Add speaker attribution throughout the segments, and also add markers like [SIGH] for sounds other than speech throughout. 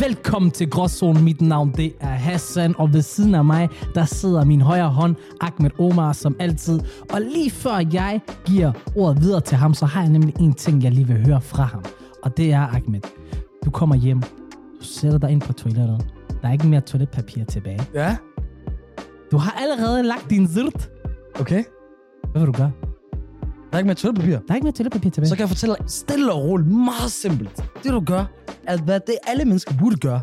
Speaker 1: Velkommen til Gråzonen. Mit navn det er Hassan, og ved siden af mig, der sidder min højre hånd, Ahmed Omar, som altid. Og lige før jeg giver ordet videre til ham, så har jeg nemlig en ting, jeg lige vil høre fra ham. Og det er, Ahmed, du kommer hjem, du sætter dig ind på toilettet. Der er ikke mere toiletpapir tilbage.
Speaker 2: Ja,
Speaker 1: Du har allerede lagt din zirt.
Speaker 2: okay.
Speaker 1: Hvad vil du gøre?
Speaker 2: Der er ikke mere toiletpapir.
Speaker 1: Der er ikke mere toiletpapir tilbage.
Speaker 2: Så kan jeg fortælle dig stille og roligt, meget simpelt. Det du gør, er hvad det alle mennesker burde gøre.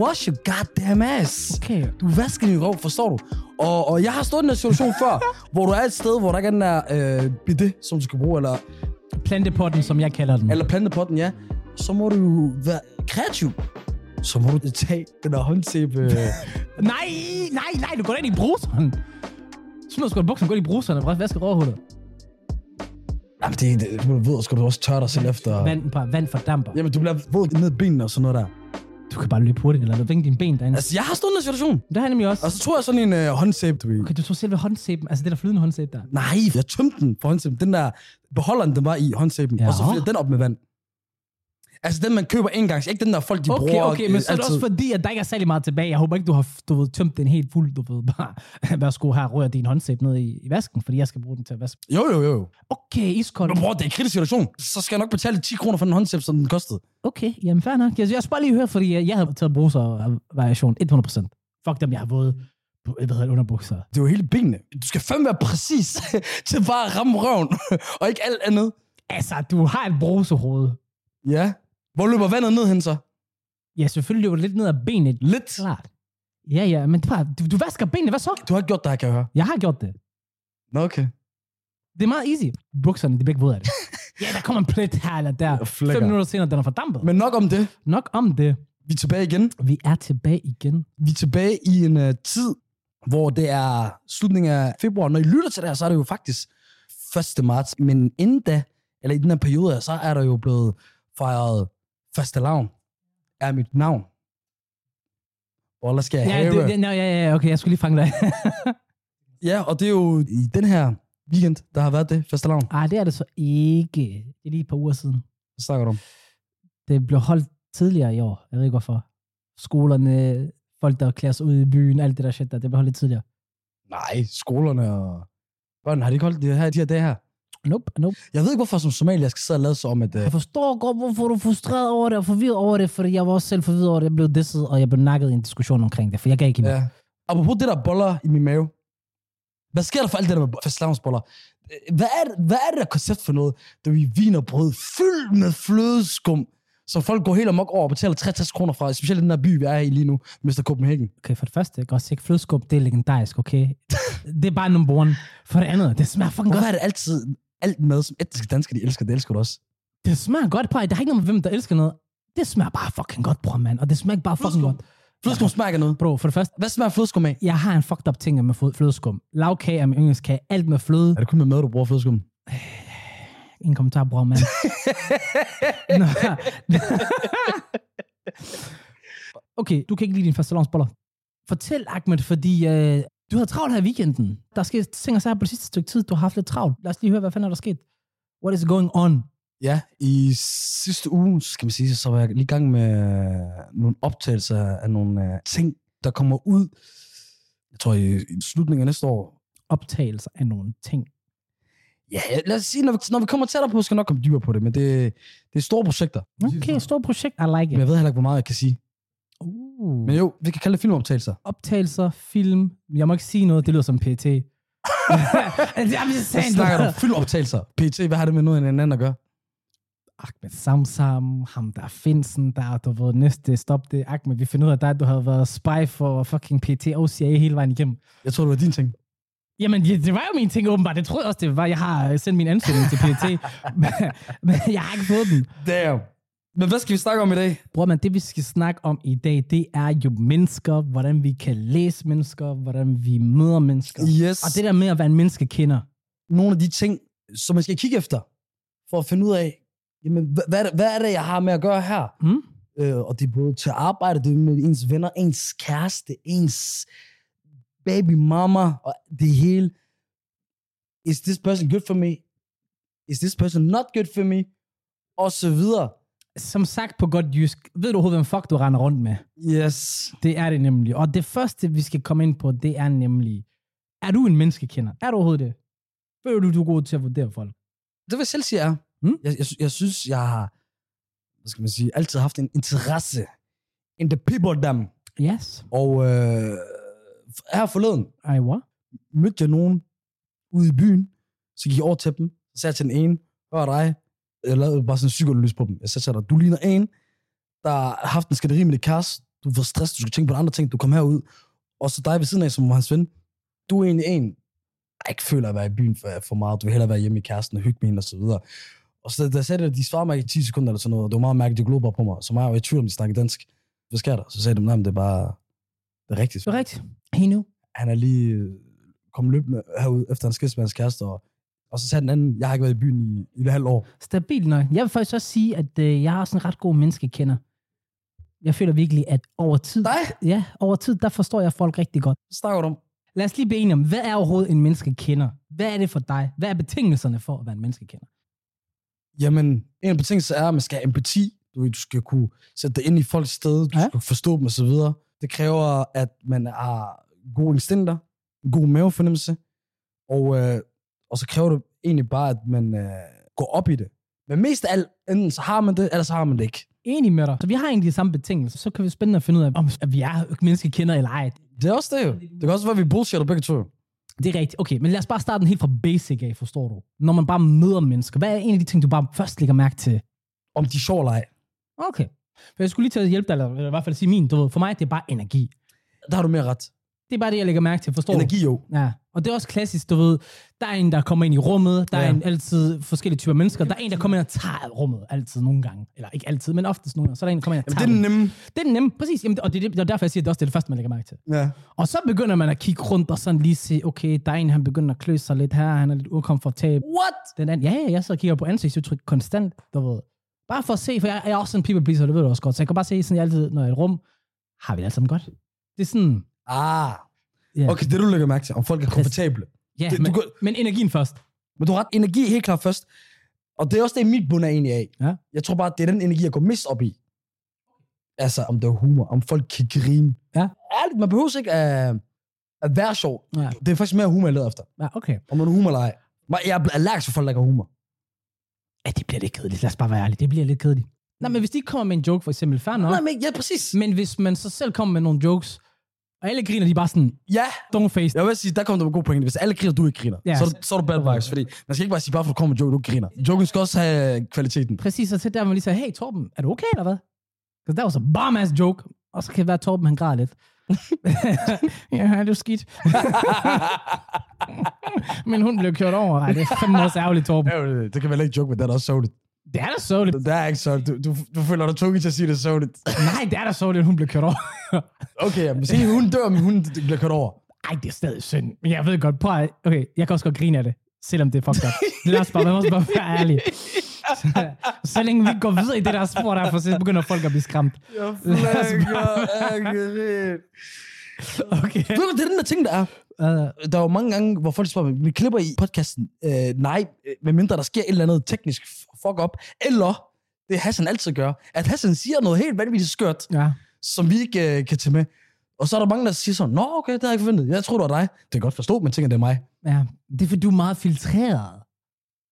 Speaker 2: Wash your goddamn ass.
Speaker 1: Okay.
Speaker 2: Du vasker din røv, forstår du? Og, og jeg har stået i den her situation før, hvor du er et sted, hvor der ikke er den der øh, bidet, som du skal bruge, eller,
Speaker 1: Plantepotten, som jeg kalder den.
Speaker 2: eller plantepotten, ja. Så må du jo være kreativ. Så må du tage den der håndtæppe. øh,
Speaker 1: Nej, nej, nej, du går ind i bruseren. Smider sgu en buksen, går ind i bruseren og vasker overhullet.
Speaker 2: Jamen, det, det, du ved, skal du også tørre dig selv efter.
Speaker 1: Vand, på, vand fordamper.
Speaker 2: Jamen, du bliver våd ned i benene og sådan noget der.
Speaker 1: Du kan bare løbe hurtigt, eller du vinge dine ben derinde. Altså,
Speaker 2: Altså, jeg har stået i den her situation.
Speaker 1: det har jeg nemlig også.
Speaker 2: Og så tog jeg sådan en øh, håndsæbe, du ved.
Speaker 1: Okay, du tog selve håndsæben, altså det der flydende håndsæbe der.
Speaker 2: Nej, jeg tømte den for håndsæben. Den der beholderen, den var i håndsæben.
Speaker 1: Ja.
Speaker 2: Ja. Og så fyldte jeg den op med vand. Altså den, man køber engangs. Ikke den der folk, de
Speaker 1: Okay,
Speaker 2: bruger
Speaker 1: okay, men
Speaker 2: øh,
Speaker 1: så er det også fordi, at der ikke er særlig meget tilbage. Jeg håber ikke, du har du ved, tømt den helt fuld, du ved, bare, [LAUGHS] værsgo her, rør din håndsæbe ned i, i vasken, fordi jeg skal bruge den til at vaske.
Speaker 2: Jo, jo, jo. jo.
Speaker 1: Okay, iskold.
Speaker 2: Men bror, det er en kritisk situation. Så skal jeg nok betale 10 kroner for den håndsæbe, som den kostede.
Speaker 1: Okay, jamen fair nok. Jeg, jeg skal bare lige høre, fordi jeg, jeg havde taget bruser variation 100%. Fuck dem, jeg har våde på- hvad hedder det, underbukser.
Speaker 2: Det var hele benene. Du skal fandme være
Speaker 1: [LAUGHS]
Speaker 2: præcis til bare at ramme røven. [LAUGHS] og ikke alt andet.
Speaker 1: Altså, du har et brusehoved.
Speaker 2: Ja. Hvor løber vandet ned hen så?
Speaker 1: Ja, selvfølgelig løber det lidt ned ad benet.
Speaker 2: Lidt.
Speaker 1: Klart. Ja, ja, men det er bare, du, du vasker benene, hvad så?
Speaker 2: Du har ikke gjort det her, kan jeg høre.
Speaker 1: Jeg har gjort det.
Speaker 2: Nå, okay.
Speaker 1: Det er meget easy. Bukserne, de bliver ikke våde af det. ja, der kommer en plet her eller der.
Speaker 2: Jeg flækker.
Speaker 1: Fem minutter senere, den er fordampet. Men...
Speaker 2: Men nok om det.
Speaker 1: Nok om det.
Speaker 2: Vi er tilbage igen.
Speaker 1: Vi er tilbage igen.
Speaker 2: Vi er tilbage i en uh, tid, hvor det er slutningen af februar. Når I lytter til det her, så er det jo faktisk 1. marts. Men inden da, eller i den her periode, her, så er der jo blevet fejret faste lavn. Er mit navn. Og der skal jeg
Speaker 1: Ja,
Speaker 2: have.
Speaker 1: det, det, no, ja, ja, okay, jeg skulle lige fange dig.
Speaker 2: ja, og det er jo i den her weekend, der har været det faste lavn.
Speaker 1: Ej, det er det så ikke. Det er lige et par uger siden.
Speaker 2: Hvad snakker du om?
Speaker 1: Det blev holdt tidligere i år. Jeg ved ikke hvorfor. Skolerne, folk, der klæder sig ud i byen, alt det der shit der, det blev holdt lidt tidligere.
Speaker 2: Nej, skolerne og børnene, har de ikke holdt det her, de her dage her?
Speaker 1: Nope, nope.
Speaker 2: Jeg ved ikke, hvorfor som somalier jeg skal sidde og lade sig om, at... Uh,
Speaker 1: Jeg forstår godt, hvorfor du er frustreret over det og forvirret over det, fordi jeg var også selv forvirret over det. Jeg blev disset, og jeg blev nakket i en diskussion omkring det, for jeg gav ikke ja.
Speaker 2: Ja. Apropos det der boller i min mave. Hvad sker der for alt det der med fastlavnsboller? Hvad er, det- hvad er det der koncept for noget? Der er vinerbrød fyldt med flødeskum, som folk går helt amok over og betaler 63 kroner fra, specielt i den der by, vi er i lige nu, Mr. Copenhagen.
Speaker 1: Okay, for det første, jeg kan også ikke flødeskub, det er legendarisk, okay? det er bare nummer one. For det andet, det smager fucking
Speaker 2: Hvorfor
Speaker 1: godt.
Speaker 2: er det altid alt mad, som etniske danskere, de elsker, det elsker du også?
Speaker 1: Det smager godt, bror. Der er ikke nogen, hvem der elsker noget. Det smager bare fucking godt, bror, mand. Og det smager ikke bare fucking
Speaker 2: Flødeskum.
Speaker 1: godt.
Speaker 2: Flødeskum smager af noget.
Speaker 1: Bro, for det første,
Speaker 2: Hvad smager flødeskum af?
Speaker 1: jeg har en fucked up ting med flø- flødeskum. Lavkage er min yndlingskage. Alt med fløde.
Speaker 2: Er det kun med mad, du bruger flødeskum?
Speaker 1: Ingen kommentar, bror, mand. Nå. okay, du kan ikke lide din fastelavnsboller. Fortæl, Ahmed, fordi øh, du havde travlt her i weekenden. Der er sket ting og sager på det sidste stykke tid. Du har haft lidt travlt. Lad os lige høre, hvad fanden er der sket? What is going on?
Speaker 2: Ja, i sidste uge, skal man sige, så var jeg lige i gang med øh, nogle optagelser af nogle øh, ting, der kommer ud, jeg tror i, i slutningen af næste år.
Speaker 1: Optagelser af nogle ting.
Speaker 2: Ja, lad os sige, når vi, når vi kommer tættere på, skal jeg nok komme dybere på det, men det, det er store projekter.
Speaker 1: Okay, stort projekt. I like it.
Speaker 2: Men jeg ved heller ikke, hvor meget jeg kan sige.
Speaker 1: Uh.
Speaker 2: Men jo, vi kan kalde det filmoptagelser.
Speaker 1: Optagelser, film. Jeg må ikke sige noget, det lyder [LAUGHS]
Speaker 2: [LAUGHS]
Speaker 1: som PT. I'm just
Speaker 2: Hvad
Speaker 1: saying,
Speaker 2: snakker du om? Filmoptagelser. PT, hvad har det med noget hinanden at gøre?
Speaker 1: Ahmed Samsam, ham der er Finsen, der er, du ved, næste stop det, Ahmed, vi finder ud af dig, du havde været spy for fucking PT og CIA hele vejen igennem.
Speaker 2: Jeg tror, det var din ting.
Speaker 1: Jamen, ja, det var jo min ting åbenbart, det troede jeg også, det var. Jeg har øh, sendt min ansøgning til [LAUGHS] PT, men, men jeg har ikke fået den.
Speaker 2: Damn. Men hvad skal vi snakke om i dag?
Speaker 1: Bror, men det vi skal snakke om i dag, det er jo mennesker, hvordan vi kan læse mennesker, hvordan vi møder mennesker.
Speaker 2: Yes.
Speaker 1: Og det der med at være en menneskekender.
Speaker 2: nogle af de ting, som man skal kigge efter, for at finde ud af, jamen, hvad, hvad, er det- hvad er det, jeg har med at gøre her?
Speaker 1: Mm.
Speaker 2: Øh, og det er både til arbejde, det er med ens venner, ens kæreste, ens baby mama, og det hele. Is this person good for me? Is this person not good for me? Og så videre.
Speaker 1: Som sagt på godt jysk, ved du overhovedet, hvem fuck du render rundt med?
Speaker 2: Yes.
Speaker 1: Det er det nemlig. Og det første, vi skal komme ind på, det er nemlig, er du en menneskekender? Er du overhovedet det? Føler du, du er god til at vurdere folk?
Speaker 2: Det vil jeg selv sige, jeg er.
Speaker 1: Mm.
Speaker 2: Jeg, jeg, jeg synes, jeg har, hvad skal man sige, altid haft en interesse in the people dem.
Speaker 1: Yes.
Speaker 2: Og øh, her forleden
Speaker 1: Ej, what?
Speaker 2: mødte jeg nogen ude i byen, så gik jeg over til dem, så sagde jeg til den ene, hør dig, jeg lavede bare sådan en psykoanalyse på dem. Jeg sagde til dig, du ligner en, der har haft en skænderi med dit kæreste, du var stresset, du skulle tænke på andre ting, du kom herud, og så dig ved siden af, som var hans ven, du er egentlig en, der ikke føler at være i byen for, for meget, du vil hellere være hjemme i kæresten og hygge med hende og så videre. Og så da jeg sagde det, de svarede mig i 10 sekunder eller sådan noget, og det var meget mærkeligt, de glod bare på mig, så mig var jeg i tvivl om, de snakkede dansk. Hvad sker der? Så sagde de, nej, men det er bare, det er rigtigt
Speaker 1: Det er rigtigt. Hey nu.
Speaker 2: han er lige øh, kommet løbende herud efter en skilsmisse med hans kæreste, og, og så sagde den anden, jeg har ikke været i byen i, i et halvt år.
Speaker 1: Stabil nok. Jeg vil faktisk også sige, at øh, jeg har sådan en ret god menneskekender. Jeg føler virkelig, at over tid,
Speaker 2: Nej,
Speaker 1: ja, over tid, der forstår jeg folk rigtig godt.
Speaker 2: så snakker du om.
Speaker 1: Lad os lige blive enige om, hvad er overhovedet en menneskekender? Hvad er det for dig? Hvad er betingelserne for at være en menneskekender?
Speaker 2: Jamen, en af betingelserne er, at man skal have empati. Du, ved, du skal kunne sætte dig ind i folks sted, du
Speaker 1: Ja.
Speaker 2: ja. skal forstå dem osv. Det kræver, at man har gode instinkter, en god mavefornemmelse, og, øh, og så kræver det egentlig bare, at man øh, går op i det. Men mest af alt, enten så har man det, eller så har man det ikke.
Speaker 1: Enig med dig. Så vi har egentlig de samme betingelser. Så kan vi spændende at finde ud af, om at vi er menneskekender eller ej.
Speaker 2: Det er også det jo. Det kan også være, at vi bullshitter begge to.
Speaker 1: Det er rigtigt. Okay, men lad os bare starte den helt fra basic af, forstår du? Når man bare møder mennesker, hvad er en af de ting, du bare først lægger mærke til?
Speaker 2: Om de er sjov eller ej.
Speaker 1: Okay. For jeg skulle lige til at hjælpe dig, eller, eller i hvert fald sige min, du ved. For mig, det er bare energi.
Speaker 2: Der har du mere ret.
Speaker 1: Det er bare det, jeg lægger mærke til, forstår du?
Speaker 2: Energi jo.
Speaker 1: Ja, og det er også klassisk, du ved, der er en, der kommer ind i rummet, der ja. er
Speaker 2: Ja.
Speaker 1: en, altid forskellige typer mennesker, der er en, der kommer ind og tager rummet, altid nogle gange, eller ikke altid, men oftest nogle gange, så er der en, der kommer ind og tager
Speaker 2: Jamen, det er den nemme.
Speaker 1: rummet. det er den nemme, præcis, Jamen, og det, er det, det er derfor, jeg siger, at det er også det, det første, man lægger mærke til.
Speaker 2: Ja.
Speaker 1: Og så begynder man at kigge rundt og sådan lige se, okay, der er en, han begynder at klø sig lidt her, han er lidt ukomfortabel.
Speaker 2: What?
Speaker 1: Den anden, ja, ja, jeg så kigger på ansigtsudtryk konstant, du ved. Bare for at se, for jeg, jeg er også en people pleaser, det ved du også godt, så jeg kan bare se sådan, jeg altid, når jeg er i et rum, har vi det alle sammen godt? Det er sådan,
Speaker 2: Ah.
Speaker 1: Ja.
Speaker 2: Okay, det du lægger mærke til, om folk er komfortable.
Speaker 1: ja,
Speaker 2: Det- du
Speaker 1: men,
Speaker 2: kan-
Speaker 1: men energien først.
Speaker 2: Men du har ret energi helt klart først. Og det er også det, mit bund er egentlig af.
Speaker 1: Ja.
Speaker 2: Jeg tror bare, det er den energi, jeg går mest op i. Altså, om der er humor, om folk kan grine.
Speaker 1: Ja.
Speaker 2: Ærligt, man behøver ikke at, at være sjov.
Speaker 1: Ja.
Speaker 2: Det er faktisk mere humor, jeg leder efter.
Speaker 1: Ja, okay.
Speaker 2: Om man er humor eller ej. Men Jeg er allergisk for folk, der ikke har humor.
Speaker 1: Ja, det bliver lidt kedeligt. Lad os bare være ærlige. Det bliver lidt kedeligt. Nej, men hvis de ikke kommer med en joke, for eksempel, fair nok.
Speaker 2: Nej, men ja, præcis.
Speaker 1: Men hvis man så selv kommer med nogle jokes, og alle griner, de er bare sådan,
Speaker 2: Ja,
Speaker 1: don't face.
Speaker 2: jeg vil sige, der kommer du med god pointe. Hvis alle griner, du ikke griner,
Speaker 1: Ja.
Speaker 2: så, er du- så er du bad vibes. Fordi man skal ikke bare sige, bare for at du kommer med joke, du ikke griner. Joken skal også have kvaliteten.
Speaker 1: Præcis, og til der, hvor man lige siger, hey Torben, er du okay eller hvad? Because that was a bomb-ass joke. Og så kan det være, at Torben han græder lidt. ja, det er skidt. Men hun blev kørt over. Ej, det er fandme også ærgerligt, Torben.
Speaker 2: Ja, øh, det, det kan man heller ikke joke med, det er da også sørgeligt.
Speaker 1: Det er da sørgeligt.
Speaker 2: Det er ikke sørgeligt. Du, du, du føler dig tungt til at sige, det er sørgeligt.
Speaker 1: Nej, det er da sørgeligt, hun blev kørt over. [LAUGHS]
Speaker 2: Okay, ja, men se, hun dør, men hun d- bliver kørt over.
Speaker 1: Ej, det er stadig synd. Men jeg ved godt, prøv at, okay, jeg kan også godt grine af det, selvom det er fucked up. Lad os bare, man må også bare være ærlig. Så, så længe vi ikke går videre i det der spor derfor, så begynder folk at blive skræmt.
Speaker 2: Jeg [LAUGHS] Altså,
Speaker 1: flækker [LAUGHS] Okay.
Speaker 2: Ved du, det er den der ting, der er.
Speaker 1: Uh,
Speaker 2: Der er jo mange gange, hvor folk spørger mig, vi klipper i podcasten. Øh, nej, øh, medmindre der sker et eller andet teknisk f- fuck up. Eller, det Hassan altid gør, at Hassan siger noget helt vanvittigt skørt,
Speaker 1: ja.
Speaker 2: som vi ikke øh, kan tage med. Og så er der mange, der siger sådan, Nå, okay, det havde jeg ikke forventet. Jeg tror, det var dig. Det kan jeg godt forstå, men tænker, det er mig.
Speaker 1: ja, det er fordi, du er meget filtreret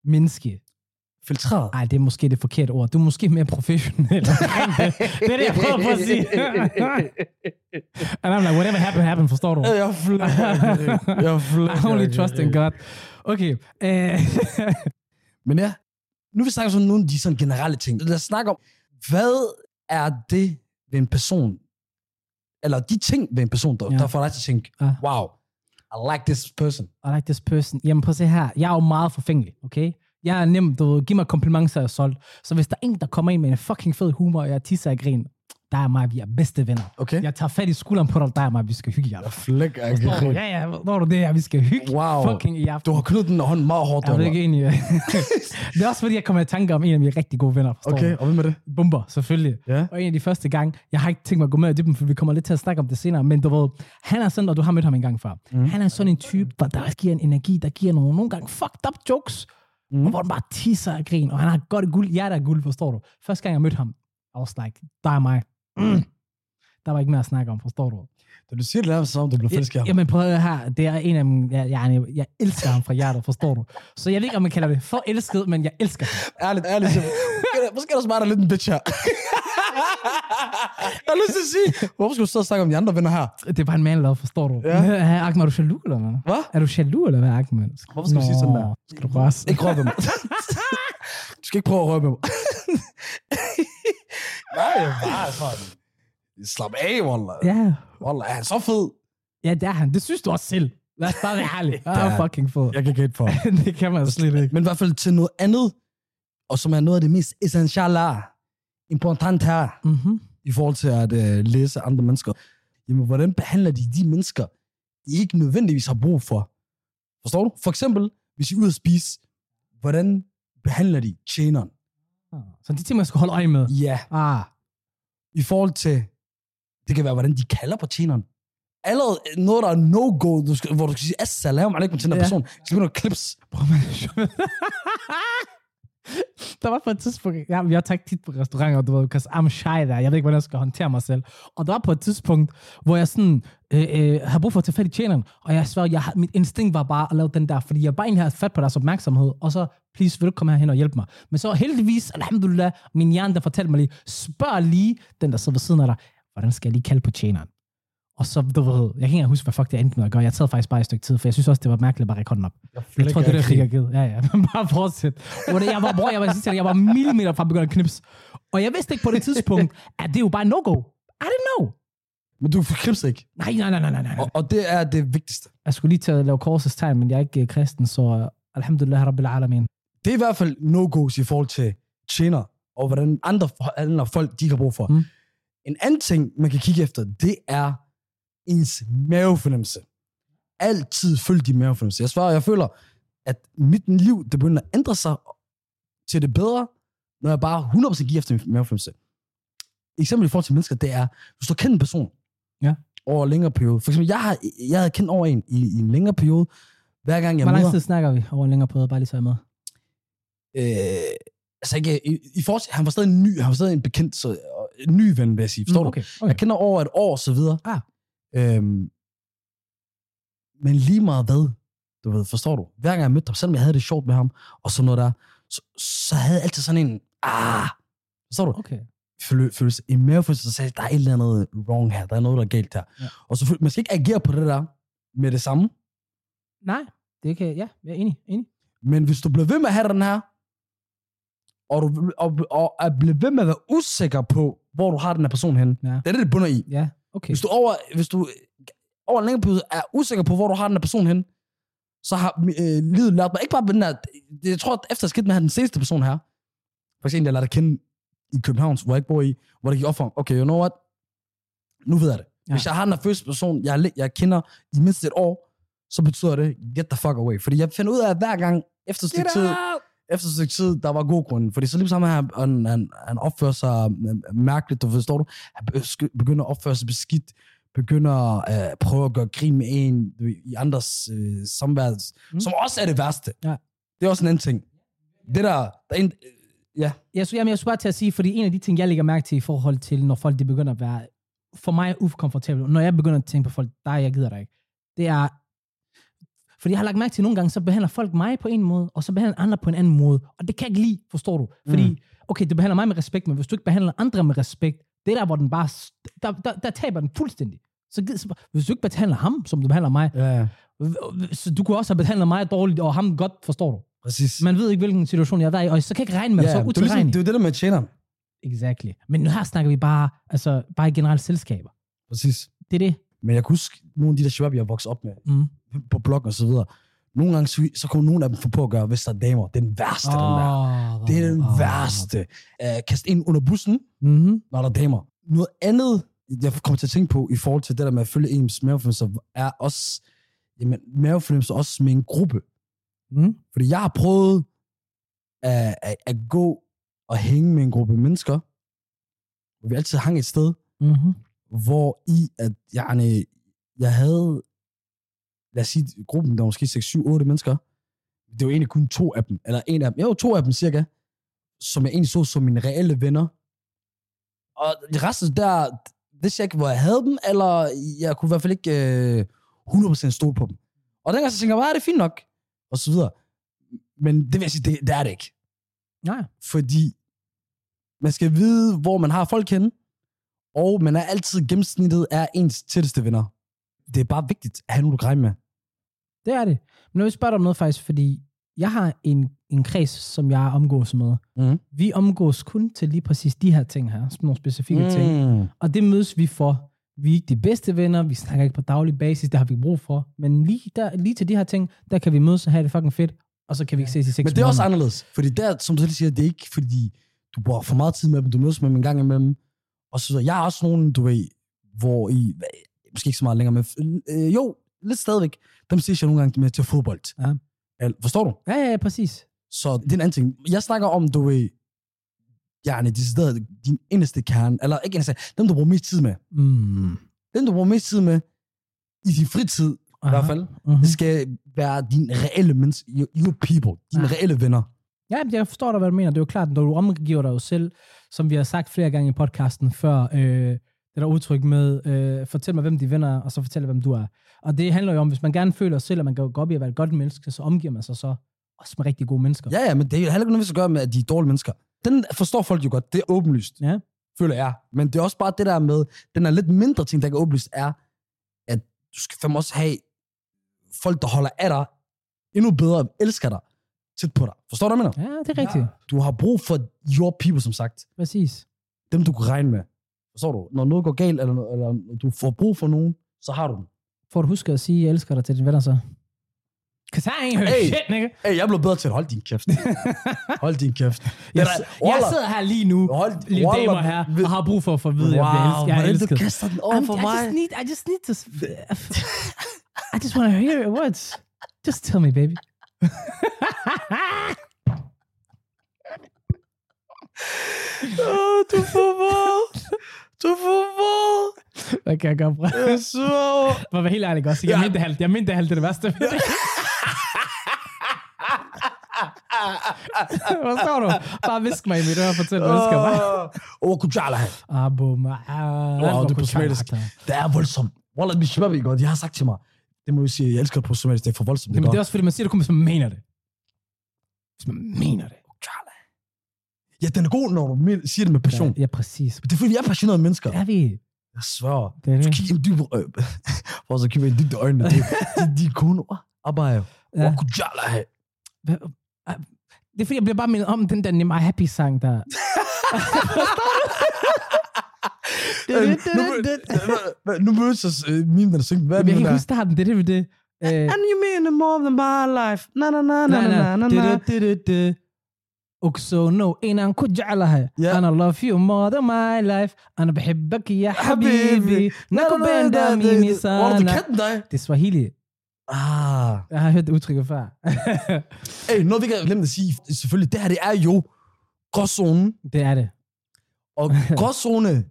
Speaker 1: menneske.
Speaker 2: Filtreret.
Speaker 1: Nej, det er måske det forkerte ord. Du er måske mere professionel. omkring det. det er det, jeg prøver på at sige. [LAUGHS]
Speaker 2: [LAUGHS]
Speaker 1: And I'm like, whatever happened, happened, forstår [LAUGHS] du?
Speaker 2: Jeg flækker. Jeg
Speaker 1: I
Speaker 2: flækker.
Speaker 1: only trust in God. Okay. Uh, [LAUGHS]
Speaker 2: Men ja, nu vil vi snakke om sådan nogle af de sådan generelle ting. Lad os snakke om, hvad er det ved en person, eller de ting ved en person, der,
Speaker 1: Ja.
Speaker 2: ja. der får dig til at tænke,
Speaker 1: Ja.
Speaker 2: wow, I like this person.
Speaker 1: I like this person. Jamen prøv at se her. Jeg er jo meget forfængelig, okay? Jeg er nem, du ved, giv mig komplimenter, så er jeg solgt. Så hvis der er en, der kommer ind med en fucking fed humor, og jeg tisser af grin, der er mig, vi er bedste venner.
Speaker 2: Okay.
Speaker 1: Jeg tager fat i skulderen på dig, der er mig, vi skal hygge i aften.
Speaker 2: Flæk, jeg
Speaker 1: Forstår du?
Speaker 2: kan-
Speaker 1: Ja, ja, når du det her, vi skal hygge
Speaker 2: Wow.
Speaker 1: fucking i aften.
Speaker 2: Du har knyttet den hånd meget hårdt.
Speaker 1: jeg er
Speaker 2: Oliver.
Speaker 1: du ikke enig. [LAUGHS] det er også fordi, jeg kommer i tanke om en af mine rigtig gode venner, forstår
Speaker 2: Okay,
Speaker 1: du?
Speaker 2: og hvad med det?
Speaker 1: Bumper, selvfølgelig.
Speaker 2: Ja.
Speaker 1: Og en af de første gange, jeg har ikke tænkt mig at gå med i dybden, for vi kommer lidt til at snakke om det senere, men du ved, han er sådan, og du
Speaker 2: Mm-hmm.
Speaker 1: har mødt ham en gang før. Mm. Han er sådan en type, der, der giver en energi, der giver nogle, nogle gange fucked up jokes, Mm.
Speaker 2: Mm-hmm.
Speaker 1: Og hvor den bare tisser og grin, og han har godt guld. Jeg er der guld, forstår du. Første gang jeg mødte ham, I was like, der er mig. Mm. Der var ikke mere at snakke om, forstår du.
Speaker 2: Da du siger det nærmest som, om du blev
Speaker 1: Ja,
Speaker 2: fællesskab.
Speaker 1: Jamen prøv at høre her, det er en af dem, jeg, jeg, jeg elsker ham fra hjertet, forstår du. Så jeg ved ikke, om man kalder det for elsket, men jeg elsker ham.
Speaker 2: Ærligt, ærligt. Simon. Måske er der- Måske er der smart lidt en
Speaker 1: [LAUGHS]
Speaker 2: bitch her. jeg har lyst til at sige, hvorfor skulle du stå og snakke om de andre venner her?
Speaker 1: Det er bare en man love, forstår du.
Speaker 2: Ja.
Speaker 1: Ja. Ahmed, [LAUGHS] er du jaloux eller hvad?
Speaker 2: Hvad?
Speaker 1: Er du jaloux eller hvad, Ahmed?
Speaker 2: Hvorfor skal du sige sådan der?
Speaker 1: Nå, Skal du røres?
Speaker 2: Ikke røre ved [LAUGHS] mig. du skal ikke prøve at røre ved mig. [LAUGHS] Nej, altså- bare sådan. Slap af, Wallah.
Speaker 1: Ja,
Speaker 2: Wallah, er han så fed?
Speaker 1: ja, det er han. Det synes du også selv. Lad os bare være ærlig. Han
Speaker 2: [LAUGHS] Ja.
Speaker 1: er fucking fed.
Speaker 2: Jeg kan gætte for.
Speaker 1: [LAUGHS] det kan man slet ikke.
Speaker 2: Men i hvert fald til noget andet, og som er noget af det mest essentielle, important her,
Speaker 1: Mm-hmm.
Speaker 2: i forhold til at øh, læse andre mennesker. Jamen, hvordan behandler de de mennesker, de ikke nødvendigvis har brug for? Forstår du? For eksempel, hvis I er ude at spise, hvordan behandler de tjeneren?
Speaker 1: Så de ting, man skal holde øje med.
Speaker 2: Ja,
Speaker 1: Ah,
Speaker 2: i forhold til, det kan være, hvordan de kalder på tjeneren. Allerede noget, der er no-go, du skal, hvor du skal sige, assalamu alaikum til den her
Speaker 1: Ja.
Speaker 2: person. Så begynder du at klips.
Speaker 1: Bro, man er sjov. [LAUGHS] der var på et tidspunkt, jeg, jeg tager ikke tit på restauranter, du ved, because I'm shy der. Jeg ved ikke, hvordan jeg skal håndtere mig selv. Og der var på et tidspunkt, hvor jeg sådan, øh, øh, havde brug for at tage fat i tjeneren, og jeg svær, jeg, har- mit instinkt var bare at lave den der, fordi jeg bare egentlig havde fat på deres opmærksomhed, og så, please, vil du komme herhen og hjælpe mig? Men så heldigvis, alhamdulillah, min hjerne, der fortalte mig lige, spørg lige den, der sidder ved siden af dig, hvordan skal jeg lige kalde på tjeneren? Og så, du ved, jeg kan ikke engang huske, hvad fuck det endte med at gøre. Jeg sad faktisk bare et stykke tid, for jeg synes også, det var mærkeligt bare at række hånden op. Jeg tror, det er det, jeg givet. Ja, ja. [LAUGHS] Men bare fortsæt. Hvor det, jeg var, bror, jeg var, sidste, jeg var millimeter fra at begynde at knipse. Og jeg vidste ikke på det [LAUGHS] tidspunkt, at det er jo bare no-go. I didn't know.
Speaker 2: Men du klips ikke.
Speaker 1: Nej, nej, nej, nej, nej, nej.
Speaker 2: Og, og, det er det vigtigste.
Speaker 1: Jeg skulle lige til at lave korsets tegn, men jeg er ikke øh, kristen, så øh, alhamdulillah rabbil alamin.
Speaker 2: det er i hvert fald no-goes i forhold til tjener, og hvordan andre forhandler folk, de ikke har brug for. Mm.
Speaker 1: Mm.
Speaker 2: En anden ting, man kan kigge efter, det er ens mavefornemmelse. Altid følg din mavefornemmelse. Jeg svarer, jeg føler, at mit liv, det begynder at ændre sig til det bedre, når jeg bare 100% giver efter min mavefornemmelse. Eksempel i forhold til mennesker, det er, hvis du kender en person
Speaker 1: Ja.
Speaker 2: over en længere periode. For eksempel, jeg, har, jeg havde kendt over en i, i en længere periode. Hver gang jeg
Speaker 1: Hvor
Speaker 2: møder...
Speaker 1: lang tid snakker vi over en længere periode, bare lige så jeg er med?
Speaker 2: øh, altså ikke, i, i forhold til, han var stadig en ny, han var stadig en bekendt, så, og en ny ven, vil jeg sige, forstår mm, okay.
Speaker 1: okay.
Speaker 2: du?
Speaker 1: okay.
Speaker 2: Jeg kender over et år, og så videre.
Speaker 1: Ah.
Speaker 2: Øhm, men lige meget hvad, du ved, forstår du? Hver gang jeg mødte ham, selvom jeg havde det sjovt med ham, og sådan noget der, så, så havde jeg altid sådan en, ah, forstår du?
Speaker 1: okay.
Speaker 2: Føle, følelse, en mavefølelse, der sagde, der er et eller andet wrong her, der er noget, der er galt her.
Speaker 1: Ja.
Speaker 2: Og selvfølgelig, man skal ikke agere på det der med det samme,
Speaker 1: Nej, det kan ja, jeg er enig, enig.
Speaker 2: Men hvis du bliver ved med at have den her, og, du, og, og at blive ved med at være usikker på, hvor du har den her person henne,
Speaker 1: Ja.
Speaker 2: det er det, det bunder i.
Speaker 1: Ja, okay.
Speaker 2: Hvis du over, hvis du over en længere periode er usikker på, hvor du har den her person henne, så har øh, livet lært mig, ikke bare med den her, det- jeg tror, at efter skidt med at have den seneste person her, for eksempel en, jeg lærte at kende i København, hvor jeg ikke bor i, hvor det gik op for mig, okay, you know what, nu ved jeg det. Ja.
Speaker 1: Ja.
Speaker 2: Hvis jeg har den her første person, jeg, le- jeg kender i mindst et år, så betyder det, get the fuck away. Fordi jeg finder ud af, at hver gang efter et stykke tid,
Speaker 1: out!
Speaker 2: efter et stykke tid, der var god grund. Fordi så lige sammen han, han, han, han opfører sig øh, mærkeligt, du forstår du? Han besky- begynder at opføre sig beskidt, begynder at øh, prøve at gøre grin med en du ved, i andres øh, samvær, mm.
Speaker 1: Mm.
Speaker 2: som også er det værste.
Speaker 1: Ja.
Speaker 2: Det er også en anden ting. Det der, der er en,
Speaker 1: Jeg, skulle- jamen, jeg skulle bare til at sige, fordi en af de ting, jeg lægger mærke til i forhold til, når folk de begynder at være for mig ukomfortable, når jeg begynder at tænke på folk, dig, jeg gider dig ikke, det er, fordi jeg har lagt mærke til, at nogle gange, så behandler folk mig på en måde, og så behandler andre på en anden måde. Og det kan jeg ikke lide, forstår du? Fordi,
Speaker 2: Mm.
Speaker 1: mm. okay, du behandler mig med respekt, men hvis du ikke behandler andre med respekt, det er der, hvor den bare, s- der, der, der taber den fuldstændig. Så, gid- så hvis du ikke behandler ham, som du behandler mig,
Speaker 2: ja,
Speaker 1: øh, så du kunne også have behandlet mig dårligt, og ham godt, forstår du?
Speaker 2: præcis.
Speaker 1: Man ved ikke, hvilken situation jeg er der i, og så kan jeg ikke regne med dig,
Speaker 2: ja,
Speaker 1: så
Speaker 2: det, er ligesom,
Speaker 1: utilregnelig.
Speaker 2: det er jo det der med tjeneren.
Speaker 1: Exactly. Men nu her snakker vi bare, altså, bare i generelt selskaber.
Speaker 2: Præcis.
Speaker 1: Det er det.
Speaker 2: Men jeg kan huske nogle af de der shabab, jeg voksede op med,
Speaker 1: Mm.
Speaker 2: på bloggen og så videre. Nogle gange, så, så kunne nogle af dem få på at gøre, hvis der er damer. Det er den værste, oh. den der.
Speaker 1: oh,
Speaker 2: Det er den værste. Uh, kast ind under bussen,
Speaker 1: Mm-hmm.
Speaker 2: når der er damer. Noget andet, jeg kommer til at tænke på i forhold til det der med at følge ens mavefornemmelser, er også jamen, mavefornemmelser også med en gruppe.
Speaker 1: Mm.
Speaker 2: Fordi jeg har prøvet at, at, at gå og hænge med en gruppe mennesker, hvor vi altid hang et sted,
Speaker 1: Mm-hmm.
Speaker 2: hvor i, at jeg, jeg havde, lad os sige, gruppen, der var måske 6-7-8 mennesker, det var egentlig kun to af dem, eller en af dem, jo, to af dem cirka, som jeg egentlig så som mine reelle venner. Og det resten der, vidste jeg ikke, hvor jeg havde dem, eller jeg kunne i hvert fald ikke øh, 100% stole på dem. Og dengang så tænker jeg bare, "Ah, det er fint nok, og så videre. Men det vil jeg sige, det, det er det ikke.
Speaker 1: Nej.
Speaker 2: Fordi man skal vide, hvor man har folk henne, og man er altid gennemsnittet af ens tætteste venner. Det er bare vigtigt at have nogen, du kan regne med.
Speaker 1: Det er det. Men nu vil jeg spørge dig om noget faktisk, fordi jeg har en, en kreds, som jeg omgås med.
Speaker 2: Mhm.
Speaker 1: Vi omgås kun til lige præcis de her ting her, sådan nogle specifikke mm. ting. Og det mødes vi for. Vi er ikke de bedste venner, vi snakker ikke på daglig basis, det har vi ikke brug for. Men lige, der, lige til de her ting, der kan vi mødes og have det fucking fedt, og så kan vi ikke ses i seks
Speaker 2: Men det er også
Speaker 1: måneder.
Speaker 2: anderledes. Fordi der, som du selv siger, det er ikke fordi, du bruger for meget tid med dem, du mødes med dem en gang imellem. Og så videre. Jeg er også nogen, du ved, hvor I, måske ikke så meget længere, men øh, jo, lidt stadigvæk, dem ses jeg nogle gange med til fodbold.
Speaker 1: Ja.
Speaker 2: Eller, forstår du?
Speaker 1: Ja, ja, ja, præcis.
Speaker 2: Så det er en anden ting. Jeg snakker om, du ved, Bjarne, de steder, din inderste kerne, eller ikke inderste, dem du bruger mest tid med.
Speaker 1: Mm.
Speaker 2: Dem du bruger mest tid med, i din fritid, Aha. i hvert fald,
Speaker 1: Uh-huh.
Speaker 2: det skal være dine reelle mennesker, your, your people, dine
Speaker 1: Ja.
Speaker 2: reelle venner.
Speaker 1: Ja, men jeg forstår dig, hvad du mener. Det er jo klart, når du omgiver dig jo selv, som vi har sagt flere gange i podcasten før, øh, det der udtryk med, øh, fortæl mig, hvem de venner er, og så fortæl, hvem du er. Og det handler jo om, hvis man gerne føler selv, at man går op i at være et godt menneske, så omgiver man sig så også med rigtig gode mennesker.
Speaker 2: Ja, ja, men det er jo heller ikke noget, vi skal gøre med, at de er dårlige mennesker. Den forstår folk jo godt, det er åbenlyst,
Speaker 1: Ja.
Speaker 2: føler jeg. Men det er også bare det der med, den er lidt mindre ting, der ikke er åbenlyst, er, at du skal fandme også have folk, der holder af dig, endnu bedre, elsker dig, tæt på dig. Forstår du, hvad jeg mener?
Speaker 1: ja det er rigtigt. Ja.
Speaker 2: Du har brug for your people, som sagt.
Speaker 1: Præcis.
Speaker 2: Dem, du kan regne med. Forstår du? Når noget går galt, eller, eller du får brug for nogen, så har du dem.
Speaker 1: Får du huske at sige, at jeg elsker dig til dine venner så? Cause I ain't heard
Speaker 2: Hey.
Speaker 1: shit, nigga.
Speaker 2: Hey, jeg blev bedre til at holde din [LAUGHS] kæft. Hold din kæft.
Speaker 1: Jeg,
Speaker 2: er-
Speaker 1: jeg
Speaker 2: Wallah.
Speaker 1: sidder her lige nu,
Speaker 2: Hold,
Speaker 1: lille
Speaker 2: Wallah.
Speaker 1: damer her, og har brug for at få at vide, at jeg bliver elsket. Jeg er
Speaker 2: hvordan
Speaker 1: elsket.
Speaker 2: du kaster den over
Speaker 1: I'm-
Speaker 2: for
Speaker 1: I
Speaker 2: mig.
Speaker 1: Just need, I just need to... [LAUGHS] I just want to hear your words. Just tell me, baby.
Speaker 2: Åh, du får meget. Du får meget.
Speaker 1: Hvad kan jeg gøre, bror?
Speaker 2: Jeg [LAUGHS] svær.
Speaker 1: For at være helt ærlig også, jeg,
Speaker 2: Ja.
Speaker 1: mente det halvt, jeg mente det halvt, det er det værste. Hvad står du? Bare visk mig i mit øre og fortæl, hvad du elsker mig.
Speaker 2: Ah. Åh, Kujala.
Speaker 1: Abo,
Speaker 2: Wow, det er på somalisk. Det er voldsomt. Wallah, min shabab, I godt. De har sagt til mig, det må jeg sige, jeg elsker det på somalisk. Det er for voldsomt.
Speaker 1: Jamen,
Speaker 2: gør.
Speaker 1: det er også fordi, man siger det kun, hvis man mener det. Hvis man mener det.
Speaker 2: Kujala. Ja, den er god, når du men- siger det med passion.
Speaker 1: Ja, præcis.
Speaker 2: Det er fordi, jeg er passionerede mennesker.
Speaker 1: Det er vi.
Speaker 2: Jeg svær.
Speaker 1: Det er
Speaker 2: Du
Speaker 1: det.
Speaker 2: kigger en dyb... Øh, [LAUGHS] for så kigger jeg en dyb i øjnene. De,
Speaker 1: [LAUGHS]
Speaker 2: de, de er kun... Åh, Abaya.
Speaker 1: Ja.
Speaker 2: Åh, Kujala.
Speaker 1: Hvad- ah, Det er fordi, jeg bliver bare mindet om den der Nima Happy-sang der.
Speaker 2: Øh, nu mø- [LAUGHS] hva- hva- Nu mødes os øh, mine, der synger. Hvad er
Speaker 1: Jamen,
Speaker 2: det
Speaker 1: jeg
Speaker 2: nu,
Speaker 1: kan ikke
Speaker 2: der?
Speaker 1: huske starten. Det er det, det. det. Øh,
Speaker 2: And you mean it more than my life. Na na na na
Speaker 1: nej,
Speaker 2: na na
Speaker 1: nej. Det,
Speaker 2: na.
Speaker 1: det, det, det, det. Også no, inan kujalaha.
Speaker 2: Ja.
Speaker 1: I love you more than my life. Ana behibbak ya habibi.
Speaker 2: Habibi.
Speaker 1: Nakubenda mimi
Speaker 2: Hvor du
Speaker 1: sana.
Speaker 2: kan den dig?
Speaker 1: Det er Swahili.
Speaker 2: Ah.
Speaker 1: Jeg har hørt det udtrykket før.
Speaker 2: Ey, noget vi kan glemme at sige, selvfølgelig, det her, det er jo gråzonen.
Speaker 1: det er det.
Speaker 2: Og
Speaker 1: [LAUGHS]
Speaker 2: gråzone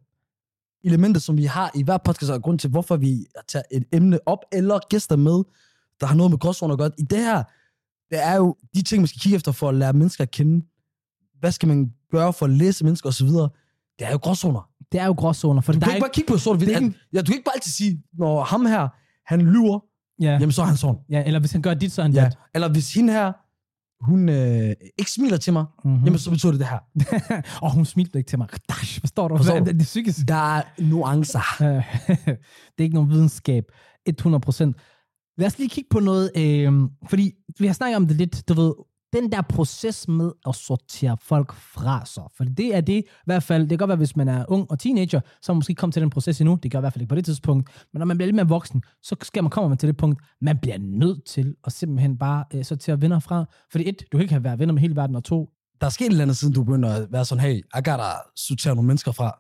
Speaker 2: elementer, som vi har i hver podcast, og grund til, hvorfor vi tager et emne op, eller gæster med, der har noget med gråzone at gøre. I det her, det er jo de ting, man skal kigge efter for at lære mennesker at kende. Hvad skal man gøre for at læse mennesker osv.? Det er jo gråzoner.
Speaker 1: Det er jo gråzoner, for
Speaker 2: Du
Speaker 1: der
Speaker 2: kan
Speaker 1: er
Speaker 2: ikke bare kigge på sort
Speaker 1: det er
Speaker 2: hvidt. Ja, du kan ikke bare altid sige, når ham her, han lyver,
Speaker 1: Ja.
Speaker 2: jamen så er han sådan.
Speaker 1: ja, eller hvis han gør dit, så er han
Speaker 2: Ja.
Speaker 1: dat.
Speaker 2: Eller hvis hende her, hun øh, ikke smiler til mig,
Speaker 1: Mhm.
Speaker 2: jamen så betyder det det her.
Speaker 1: Og hun smilte ikke til mig. Dash, Forstår du?
Speaker 2: Forstår du?
Speaker 1: Det, det er psykisk.
Speaker 2: Der er nuancer.
Speaker 1: Øh, [LAUGHS] det er ikke nogen videnskab. 100 procent. Lad os lige kigge på noget, øh, fordi vi har snakket om det lidt, du ved, den der proces med at sortere folk fra sig. For det er det i hvert fald, det kan godt være, hvis man er ung og teenager, så er man måske ikke kommet til den proces endnu. Det gør i hvert fald ikke på det tidspunkt. Men når man bliver lidt mere voksen, så skal man, kommer man til det punkt, man bliver nødt til at simpelthen bare øh, sortere venner fra. Fordi et, du kan ikke have været venner med hele verden, og to,
Speaker 2: Der er sket et eller andet, siden du begyndte at være sådan, hey, I gotta sortere nogle mennesker fra.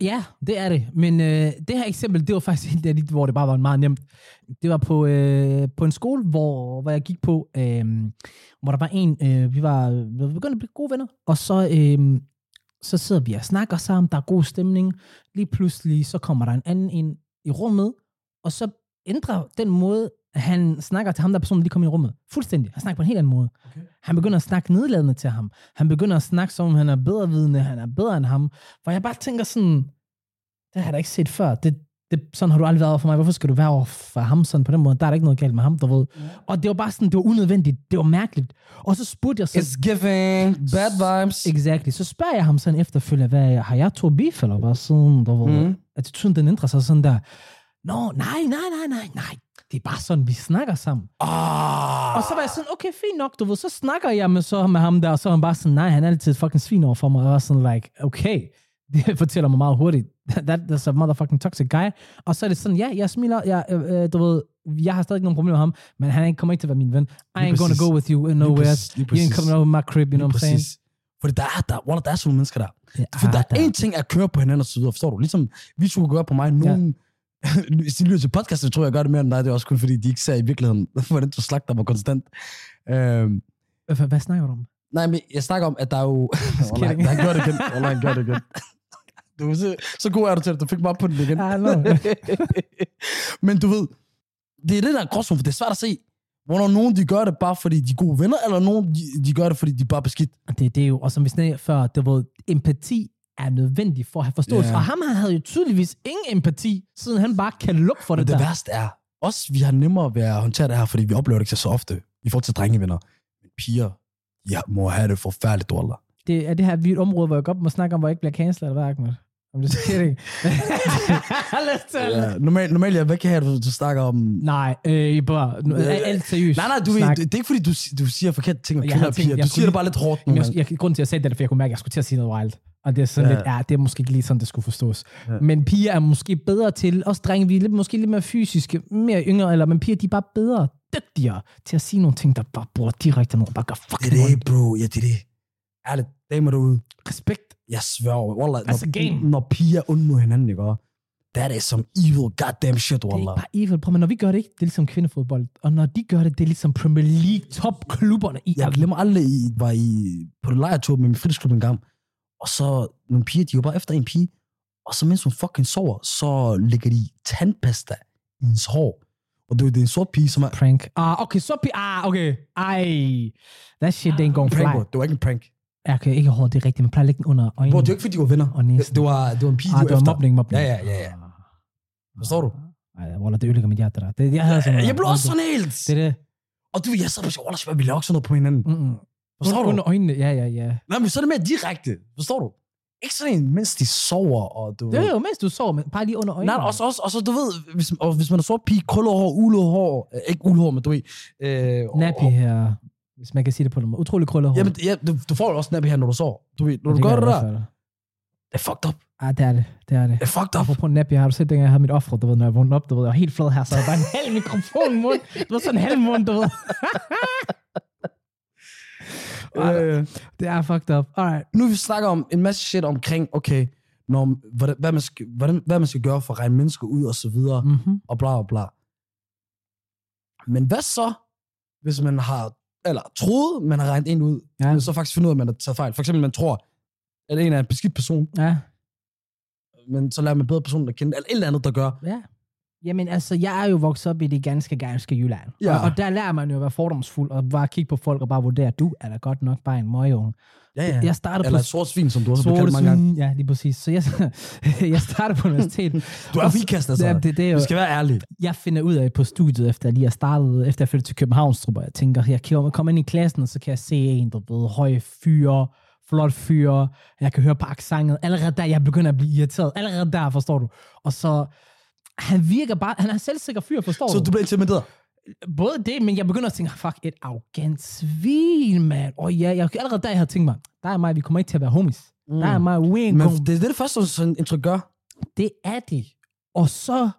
Speaker 1: Ja, det er det. Men øh, det her eksempel, det var faktisk en af de, hvor det bare var meget nemt. Det var på, øh, på en skole, hvor, hvor jeg gik på, øh, hvor der var en, øh, vi var vi var begyndt at blive gode venner, og så, øh, så sidder vi og snakker sammen, der er god stemning. Lige pludselig, så kommer der en anden ind i rummet, og så ændrer den måde, han snakker til ham, der personen lige kom i rummet. Fuldstændig. Han snakker på en helt anden måde.
Speaker 2: Okay.
Speaker 1: Okay. Han begynder at snakke nedladende til ham. Han begynder at snakke, som om han er bedrevidende, han er bedre end ham. Hvor jeg bare tænker sådan, det har jeg da ikke set før. Det, det, sådan har du aldrig været over for mig. Hvorfor skal du være over for ham sådan på den måde? Der er da ikke noget galt med ham, du ved. Og det var bare sådan, det var unødvendigt. Det var mærkeligt. Og så spurgte jeg så...
Speaker 2: It's giving bad vibes.
Speaker 1: Exactly. Så spørger jeg ham sådan efterfølgende, hvad har jeg to beef, eller hvad sådan, du ved.
Speaker 2: Mhm.
Speaker 1: Mm. Attituden, den ændrer sig sådan der. Nå, nej, nej, nej, nej, nej. Det er bare sådan, vi snakker sammen.
Speaker 2: Ah.
Speaker 1: Og så var jeg sådan, okay, fint nok, du ved, så snakker jeg med, så med ham der, og så er han bare sådan, nej, han er altid fucking svin over for mig, og jeg var sådan, like, okay, [LAUGHS] det fortæller mig meget hurtigt, that, that's a motherfucking toxic guy, og så er det sådan, ja, jeg smiler, jeg, øh, øh, du ved, jeg har stadig ikke nogen problemer med ham, men han er ikke- kommer ikke til at være min ven, I
Speaker 2: Lige
Speaker 1: ain't gonna
Speaker 2: præcis.
Speaker 1: go with you uh,
Speaker 2: Lige
Speaker 1: nowhere,
Speaker 2: præcis, lige
Speaker 1: you ain't
Speaker 2: præcis.
Speaker 1: coming over my crib, you know what
Speaker 2: Lige
Speaker 1: I'm saying?
Speaker 2: præcis. Fordi der er, der, wallah, der er sådan nogle mennesker der. For
Speaker 1: Ja, ah,
Speaker 2: der er
Speaker 1: der-
Speaker 2: en ting at køre på hinanden og så videre, forstår du? Ligesom vi skulle gøre på mig, nogen... [LAUGHS] Hvis de lytter til podcasten, tror jeg, jeg gør det mere end dig. Det er også kun fordi, de ikke ser i virkeligheden, [LAUGHS] hvordan du slagter mig konstant. Øhm,
Speaker 1: Hvad- Hvad snakker du
Speaker 2: [LAUGHS]
Speaker 1: om?
Speaker 2: nej, men jeg snakker om, at der er
Speaker 1: [LAUGHS]
Speaker 2: jo... Åh, nej,
Speaker 1: kidding.
Speaker 2: han gør det igen. Oh, nej, han gør det
Speaker 1: [LAUGHS]
Speaker 2: igen. Du, er så, så god er du til det. Du fik mig op på den igen.
Speaker 1: I know.
Speaker 2: men du ved, det er det der er gråzonen, for det er svært at se, hvornår nogen de gør det bare fordi de er gode venner, eller nogen de, de gør det, fordi de er bare beskidt.
Speaker 1: Og Det, det er jo, og som vi snakkede før, det var empati er nødvendig for at have forståelse.
Speaker 2: Ja.
Speaker 1: Yeah. Og ham her havde jo tydeligvis ingen empati, siden han bare kan lukke for
Speaker 2: Og
Speaker 1: det,
Speaker 2: det
Speaker 1: der.
Speaker 2: værste er, også vi har nemmere ved at håndtere det her, fordi vi oplever det ikke så ofte i forhold til drengevenner. Men piger, ja, må have det forfærdeligt dårligt.
Speaker 1: Det, er det her vi er et område, hvor jeg godt må snakke om, hvor jeg ikke bliver cancelet, eller hvad, Ahmed? I'm just
Speaker 2: [LAUGHS]
Speaker 1: kidding. Let's tell yeah.
Speaker 2: Øh, Ja, normalt, normalt, jeg vil ikke have, at du, du snakker om...
Speaker 1: Nej, øh, I bare, nu,
Speaker 2: Øh,
Speaker 1: øh, alt seriøst.
Speaker 2: Nej, nej, du,
Speaker 1: snak.
Speaker 2: det, det er ikke fordi, du, si- du siger forkerte ting om
Speaker 1: Jeg
Speaker 2: kvinder
Speaker 1: har
Speaker 2: og
Speaker 1: tænkt,
Speaker 2: piger.
Speaker 1: jeg
Speaker 2: Du
Speaker 1: skulle
Speaker 2: siger det
Speaker 1: lige-
Speaker 2: bare lidt hårdt nu,
Speaker 1: Jamen,
Speaker 2: mand.
Speaker 1: jeg, jeg, grunden til, at jeg sagde det, er, fordi jeg kunne mærke, at jeg skulle til at sige noget wild. Og det er sådan
Speaker 2: Ja.
Speaker 1: ja. lidt, ja, det er måske ikke lige sådan, det skulle forstås. Ja. Men piger er måske bedre til, også drenge, vi er lidt, måske lidt mere fysiske, mere yngre, eller, men piger, de er bare bedre, dygtigere til at sige nogle ting, der bare bruger direkte ned og bare gør
Speaker 2: Det
Speaker 1: fucking
Speaker 2: er
Speaker 1: ondt.
Speaker 2: det, bro. Ja, det er det. Ærligt, damer derude.
Speaker 1: Respekt.
Speaker 2: Jeg sværger, wallah,
Speaker 1: Altså, game.
Speaker 2: når, når piger er onde mod hinanden, ikke? også? Der er det som evil goddamn shit,
Speaker 1: Det er
Speaker 2: wallah.
Speaker 1: ikke bare evil, bro, men når vi gør det ikke, det er ligesom kvindefodbold. Og når de gør det, det er ligesom Premier League topklubberne i
Speaker 2: jeg glemmer aldrig, I var i, på en lejretur med min fritidsklub en gang, og så nogle piger, de var bare efter en pige, og så mens hun fucking sover, så lægger de tandpasta i hendes hår. Og det er det er en sort pige, som er...
Speaker 1: prank. Ah, okay, så pi- Ah, okay. Ej. That shit,
Speaker 2: Ah,
Speaker 1: det er en gang
Speaker 2: Prank, bro.
Speaker 1: fly.
Speaker 2: Det var ikke en prank.
Speaker 1: Ja, okay, ikke hårdt, det er rigtigt. Man plejer at lægge den under øjnene.
Speaker 2: Bro, det var ikke, fordi de var venner.
Speaker 1: og næsen.
Speaker 2: Det, det var, det var en pige,
Speaker 1: Ah,
Speaker 2: de
Speaker 1: det var
Speaker 2: efter.
Speaker 1: mobning, mobning.
Speaker 2: Ja, ja, ja, ja. Forstår du?
Speaker 1: Ej, Wallah, det ødelægger mit hjerte der. Det, jeg havde sådan noget.
Speaker 2: Jeg blev også sådan
Speaker 1: Det
Speaker 2: helt...
Speaker 1: er det.
Speaker 2: Og du, jeg sad bare og sagde, "Wallah, vi laver ikke sådan noget på hinanden.
Speaker 1: Mm-mm.
Speaker 2: Forstår du?
Speaker 1: Under øjnene, ja, ja, ja.
Speaker 2: Nej, men så er det mere direkte. Forstår du? Ikke sådan en, mens de sover, og du...
Speaker 1: Det er jo mens du sover, men bare lige under øjnene.
Speaker 2: Nej, også, også, også, du ved, hvis, og hvis man er sort pige, krøllet hår, ulet hår, øh, ikke ulet hår, men du ved. Øh, og-
Speaker 1: Nappy
Speaker 2: og-
Speaker 1: her, hvis man kan sige det på den måde. Utrolig krøllet hår.
Speaker 2: Jamen, ja, du, du får jo også nappy her, når du sover. Du ved, når du gør det der, det er fucked up.
Speaker 1: Ah, det er det. Det er det.
Speaker 2: Det er fucked up.
Speaker 1: Apropos nappy, har du set, dengang jeg havde mit offer, du ved, når jeg vågnede op, du ved, jeg var helt flad her, så jeg var bare en halv mikrofon i munden. Det var sådan en halv mund, du
Speaker 2: [LAUGHS]
Speaker 1: ved.
Speaker 2: Øh,
Speaker 1: Ah, Det er fucked up. Alright.
Speaker 2: nu vi snakker om en masse shit omkring, okay, når, hvordan, hvad, man skal, hvordan, hvad man skal gøre for at regne mennesker ud, og så videre, mm.
Speaker 1: Mm-hmm.
Speaker 2: og bla, bla, bla. Men hvad så, hvis man har, eller troede, man har regnet en ud,
Speaker 1: Ja.
Speaker 2: men så faktisk finder ud af, at man har taget fejl. For eksempel, man tror, at en er en beskidt person,
Speaker 1: Ja.
Speaker 2: men så lærer man bedre personer at kende, eller et eller andet, der gør.
Speaker 1: Ja. Jamen altså, jeg er jo vokset op i det ganske, ganske Jylland.
Speaker 2: Ja.
Speaker 1: Og, og der lærer man jo at være fordomsfuld, og bare kigge på folk og bare vurdere, du er da godt nok bare en møgeunge.
Speaker 2: Ja,
Speaker 1: Jeg startede
Speaker 2: Eller
Speaker 1: på...
Speaker 2: et sort svin, som du også har
Speaker 1: Sorte
Speaker 2: bekaldt mange gange.
Speaker 1: svin. Ja, lige præcis. Så jeg, [LAUGHS] jeg startede på universitetet.
Speaker 2: Du er
Speaker 1: Og så-
Speaker 2: vikast, altså.
Speaker 1: Ja, det, det er jo,
Speaker 2: Du skal være ærlig.
Speaker 1: jeg finder ud af på studiet, efter jeg lige er startet, efter jeg flyttede til Københavnstrup, og jeg tænker, jeg kigger- kommer ind i klassen, og så kan jeg se en, der ved, høj fyr, flot fyr, jeg kan høre på aksanget. Allerede der, jeg begynder at blive irriteret. Allerede der, forstår du. Og så, han virker bare, han er en selvsikker fyr, forstår
Speaker 2: Så du bliver intimideret.
Speaker 1: både det, men jeg begynder at tænke, fuck, et arrogant svin, mand. Og ja, jeg, allerede der, jeg havde tænkt mig, der er mig, vi kommer ikke til at være homies. Mm. Der er mig, we ain't
Speaker 2: Men
Speaker 1: gonna
Speaker 2: det er det, det første, som sådan indtryk gør.
Speaker 1: det er de. Og så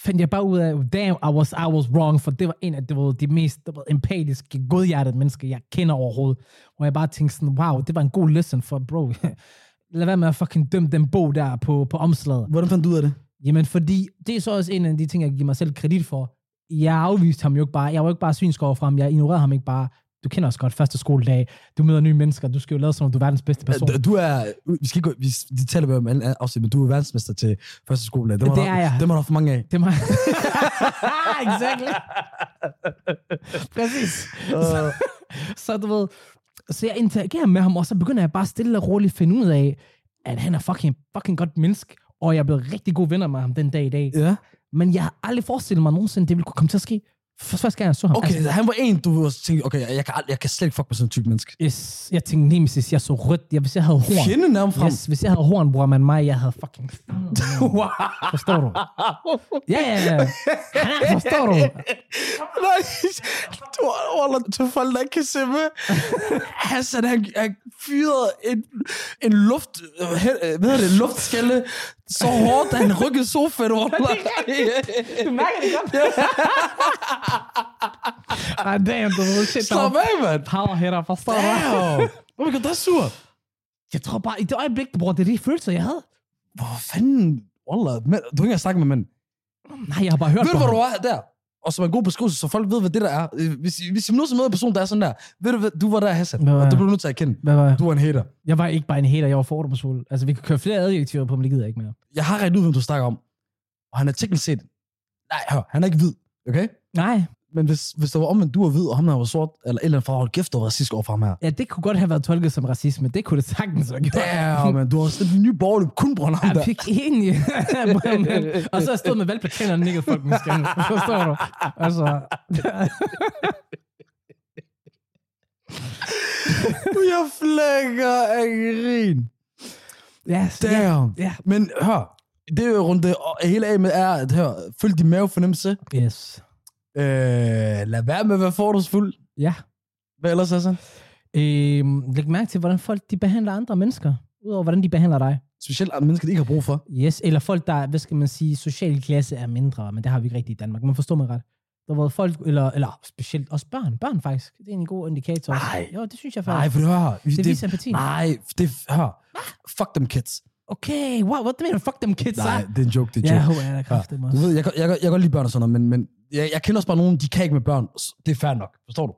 Speaker 1: fandt jeg bare ud af, damn, I was, I was wrong, for det var en af det var de mest det var empatiske, godhjertede mennesker, jeg kender overhovedet. Hvor jeg bare tænkte sådan, wow, det var en god lesson for, bro, [LAUGHS] lad være med at fucking dømme den bog der på, på omslaget.
Speaker 2: Hvordan fandt du ud af det?
Speaker 1: Jamen, fordi det er så også en af de ting, jeg giver mig selv kredit for. Jeg afviste ham jo ikke bare. Jeg var jo ikke bare synsk over for ham. Jeg ignorerede ham ikke bare. du kender også godt første skoledag, du møder nye mennesker, du skal jo lade som om, du er verdens bedste person.
Speaker 2: Du er, vi skal ikke, gå- vi, det taler vi om i anden afsnit, men du er verdensmester til første skoledag. Dem har
Speaker 1: Det
Speaker 2: du-
Speaker 1: er jeg.
Speaker 2: Dem har du for mange af.
Speaker 1: Det er mig. [LAUGHS] exactly. Præcis. Øh.
Speaker 2: Uh,
Speaker 1: Så du ved, så jeg interagerer med ham, og så begynder jeg bare stille og roligt at finde ud af, at han er fucking, fucking godt menneske, og jeg er blevet rigtig gode venner med ham den dag i dag.
Speaker 2: [LAUGHS] ja.
Speaker 1: Men jeg har aldrig forestillet mig nogensinde, det ville kunne komme til at ske. For første gang jeg så ham. altså,
Speaker 2: Okay, han var en, du tænkte, okay, jeg kan, ald- jeg kan slet ikke fuck med sådan en type menneske.
Speaker 1: Altså, yes, jeg tænkte nemesis, jeg så rødt. Jeg, hvis jeg havde horn.
Speaker 2: Fjende nærmest frem.
Speaker 1: Yes, hvis jeg havde horn, bror, man mig, jeg havde fucking...
Speaker 2: [LAUGHS] Wow.
Speaker 1: Forstår du? Ja, ja,
Speaker 2: [LAUGHS]
Speaker 1: ja. Ja, Forstår du?
Speaker 2: Nej, du holder til folk, der ikke kan se med. Hassan, han, han fyrede en, en luft, øh, hen- øh, hvad hedder det, luftskælde så hårdt, at han rykkede sofaen over.
Speaker 1: Du mærker det godt. [LAUGHS] Ej, damn, du ved shit. der
Speaker 2: Slap
Speaker 1: var
Speaker 2: af, mand.
Speaker 1: Power hitter, forstår du?
Speaker 2: Damn. Oh my god, der er sur.
Speaker 1: Jeg tror bare, i det øjeblik, bror, det er de følelser, jeg havde.
Speaker 2: Hvor fanden, Wallah, mand, du har ikke engang snakket med manden.
Speaker 1: Nej, jeg har bare hørt
Speaker 2: Ved
Speaker 1: på
Speaker 2: du, hvor
Speaker 1: ham.
Speaker 2: du er der? Og som er en god beskrivelse, så folk ved, hvad det der er. Øh, Hvis, hvis I møder en person, der er sådan der, ved du, hvad, du var der, Hassan,
Speaker 1: Hvad var
Speaker 2: og det
Speaker 1: jeg?
Speaker 2: blev du nødt til at erkende.
Speaker 1: Hvad var jeg?
Speaker 2: Du er en hater.
Speaker 1: Jeg var ikke bare en hater, jeg var fordomsfuld. Altså, vi kan køre flere adjektiver på, men det gider jeg ikke mere.
Speaker 2: jeg har regnet ud, hvem du snakker om. Og han er teknisk set... Nej, hør, han er ikke hvid, okay?
Speaker 1: Nej,
Speaker 2: Men hvis, hvis der var omvendt, du var hvid, og ham der var sort, eller et eller andet fra, hold kæft, du var racist over for ham her.
Speaker 1: ja, det kunne godt have været tolket som racisme. Det kunne det sagtens have gjort.
Speaker 2: Damn, man, du har sådan en ny borgerløb, kun på ham
Speaker 1: Jeg
Speaker 2: der.
Speaker 1: fik [LAUGHS] enig. og så har jeg stået med valgplakater og nikket folk med skænden. Forstår du? Altså,
Speaker 2: Jeg flækker af grin.
Speaker 1: ja, yes, ja,
Speaker 2: Damn.
Speaker 1: ja.
Speaker 2: Men hør, det er jo runde og hele af med er, at hør, følg din mavefornemmelse.
Speaker 1: Yes.
Speaker 2: Øh, lad være med at være fordomsfuld.
Speaker 1: Ja.
Speaker 2: Hvad ellers, Hassan?
Speaker 1: Øhm, læg mærke til, hvordan folk de behandler andre mennesker. Udover hvordan de behandler dig.
Speaker 2: Specielt andre mennesker, de ikke har brug for.
Speaker 1: Yes, eller folk, der, hvad skal man sige, social klasse er mindre, men det har vi ikke rigtigt i Danmark. Man forstår mig ret. Der var folk, eller, eller specielt også børn. Børn faktisk. Det er en god indikator. også.
Speaker 2: Nej.
Speaker 1: Jo, det synes jeg
Speaker 2: Nej,
Speaker 1: faktisk.
Speaker 2: for hør,
Speaker 1: det, viser empati.
Speaker 2: nej, det, hør, fuck them kids.
Speaker 1: Okay, wow, what the man? Fuck them kids,
Speaker 2: Nej,
Speaker 1: ah.
Speaker 2: det er en joke, det er en
Speaker 1: [LAUGHS]
Speaker 2: joke.
Speaker 1: Ja, hun er da kraftig,
Speaker 2: Du ved, jeg, kan- jeg, kan- jeg kan godt lide børn og sådan noget, men, men jeg, jeg kender også bare nogen, de kan ikke med børn. S- Det er fair nok, forstår du?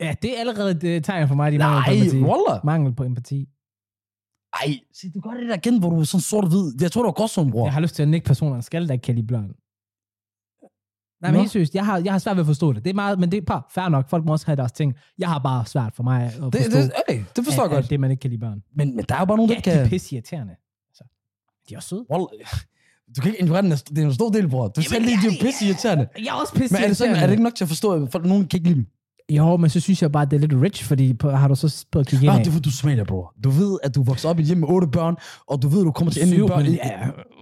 Speaker 1: Ja, det er allerede et øh, tegn for mig, de mangler
Speaker 2: Nej,
Speaker 1: på empati.
Speaker 2: Walla.
Speaker 1: Mangel på empati.
Speaker 2: Ej, se, du gør det der igen, hvor du er sådan sort-hvid. Jeg tror, du er gråzone, bror.
Speaker 1: Jeg har lyst til at nikke personerne, skal der ikke kalde de børn. Nej, men
Speaker 2: Nå.
Speaker 1: helt seriøst, jeg har, jeg har svært ved at forstå det. Det er meget, men det er par, fair nok, folk må også have deres ting. Jeg har bare svært for mig at forstå,
Speaker 2: det, det, okay, det forstår jeg
Speaker 1: at,
Speaker 2: godt.
Speaker 1: at det man ikke kan lide børn.
Speaker 2: Men, men der er jo bare nogen,
Speaker 1: Ja,
Speaker 2: der ikke
Speaker 1: de
Speaker 2: kan...
Speaker 1: er pisse irriterende. Altså, de er også søde.
Speaker 2: Walla. Du kan ikke ignorere den. Det er en stor del, bror. Du
Speaker 1: Jamen,
Speaker 2: skal lige,
Speaker 1: det
Speaker 2: de
Speaker 1: er
Speaker 2: er
Speaker 1: det.
Speaker 2: pisse irriterende.
Speaker 1: Jeg er også pisse
Speaker 2: Men er det, sådan, er det ikke nok til at forstå, at folk, nogen kan ikke lide dem?
Speaker 1: Jo, men så synes jeg bare, at det er lidt rich, fordi på, har du så på at kigge
Speaker 2: Nå,
Speaker 1: ind
Speaker 2: det er fordi, du smager, bror. Du ved, at du vokser op i et hjem med otte børn, og du ved, at du kommer til at ende med børn. i-